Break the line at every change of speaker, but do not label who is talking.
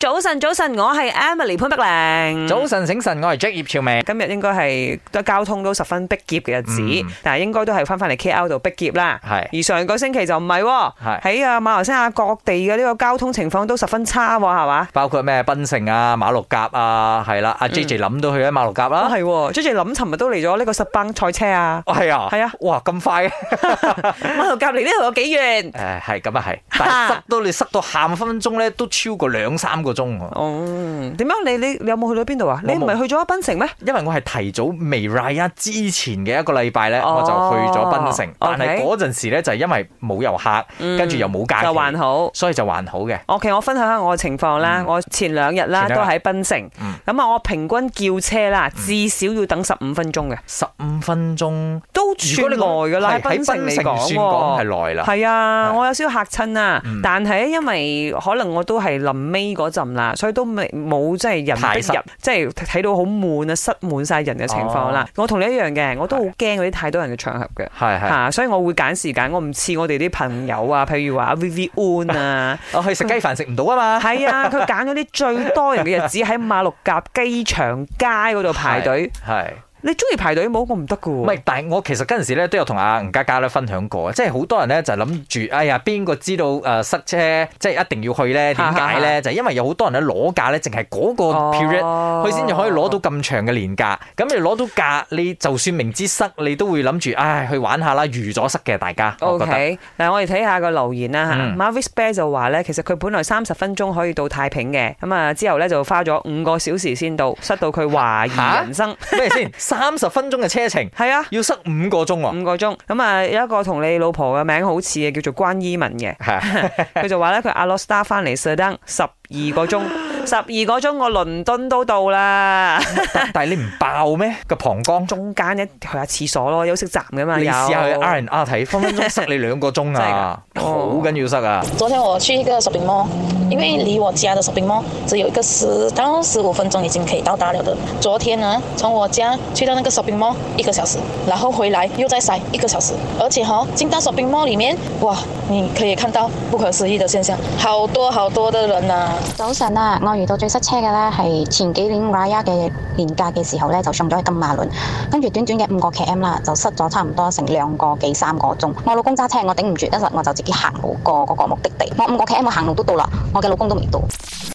早晨，早晨，我係 Emily 潘碧玲。
早晨，醒神，我係 Jack 葉朝明。
今日應該係都交通都十分逼仄嘅日子，
嗯
但係應該都係翻返嚟 KL 度逼仄啦。
係
而上個星期就唔係喎，
係
喺啊馬來西亞各地嘅呢個交通情況都十分差喎，係嘛？
包括咩檳城啊、馬六甲啊，係啦，阿 J
嗯
J 諗到去咗馬六甲
啊
啦。
係喎，J J 諗尋日都嚟咗呢個十班賽車啊，
哦，係啊，
係啊，
哇，咁快嘅，
馬六甲離呢度有幾遠？
誒係咁啊係，但係塞到你塞到下五分鐘咧，都超過兩三個鐘喎。
哦，點樣？你你你有冇去到邊度啊？你
我冇
唔係去咗檳城咩？
因為我係提早未 Raya 之前嘅一個禮拜咧，
哦
我就去咗檳城，但
OK 嗯
係嗰陣時咧就係因為冇遊客，跟住又冇假
就還
期，
好。
所以就還好嘅。
OK，我分享下我嘅情況啦。
嗯
我前兩日啦，
前
都
兩
喺
日
檳城，咁啊
嗯、
我平均叫車啦，至少要等十五分鐘嘅，
十五分鐘，
都
如
算
果你
耐㗎啦。喺
係喺
檳城嚟
檳城算講
講喎。
係耐啦。
係啊，
係
我有少少嚇親啊，
嗯
但係因為可能我都係臨尾嗰陣啦，所以都未冇即係人
太
逼
塞
入，即係睇到好悶啊，塞滿晒人嘅情況啦。我同你一樣嘅，我都好驚嗰啲太多人嘅場合嘅。
哦啊係係。
啊，所以我會揀時間，我唔似我哋啲朋友啊，譬如話阿 Vivi Un 啊，
我哦去食雞飯食唔到啊嘛。
係啊，佢揀咗啲最多人嘅日子喺馬六甲機場街嗰度排隊。
係，
你中意排隊冇？我唔得噶
唔
喎。
係？但係我其實嗰陣時咧都有同阿吳家家咧分享過，即係好多人咧就諗住，哎呀邊個知道誒塞車，即係一定要去咧？點解咧？就係因為有好多人咧攞假咧，淨係嗰個 period，佢先至可以攞到咁長嘅年假。咁你攞到假，你就算明知塞，你都會諗住，唉，去玩下啦，預咗塞嘅大家。
O
我覺得
K，嗱我哋睇下個留言啦嚇
嗯
m a r v i s Bear 就話咧，其實佢本來三十分鐘可以到太平嘅，咁啊之後咧就花咗五個小時先到，塞到佢懷
嚇
疑人生。
咩先？三十分鐘嘅車程
係啊，
要塞五個鐘喎。
五個鐘。咁啊有一個同你老婆嘅名好似嘅，叫做關依文 嘅。
係
佢就話咧，佢阿羅斯達翻嚟 s 登十二個鐘，十二個鐘我倫敦都到啦，
但但係你唔爆咩？個膀胱，
中間一去下廁所咯，休息站噶嘛，
你
有
試下去 R n R 睇，分分鐘塞你兩個
真
鐘啊，
係㗎哦
好緊要塞啊！
昨天我去一个 shopping mall，因为离我家的 shopping mall 只有一个十到十五分钟已经可以到达了的。昨天呢，从我家去到那个 shopping mall 一个小时，然后回来又再塞一个小时，而且哈、进到 shopping mall 里面，哇，你可以看到不可思议的现象，好多好多的人呐、
早晨啊，我遇到最塞車嘅咧係前幾年 Raya 嘅年假嘅時候咧，就上咗去金馬倫，跟住短短嘅五個 km 啦，就塞咗差唔多成兩個幾三個鐘。我老公揸車，我頂唔住，一陣我就自己行路過嗰個目的地。我五個 km 我行路都到啦，我嘅老公都未到。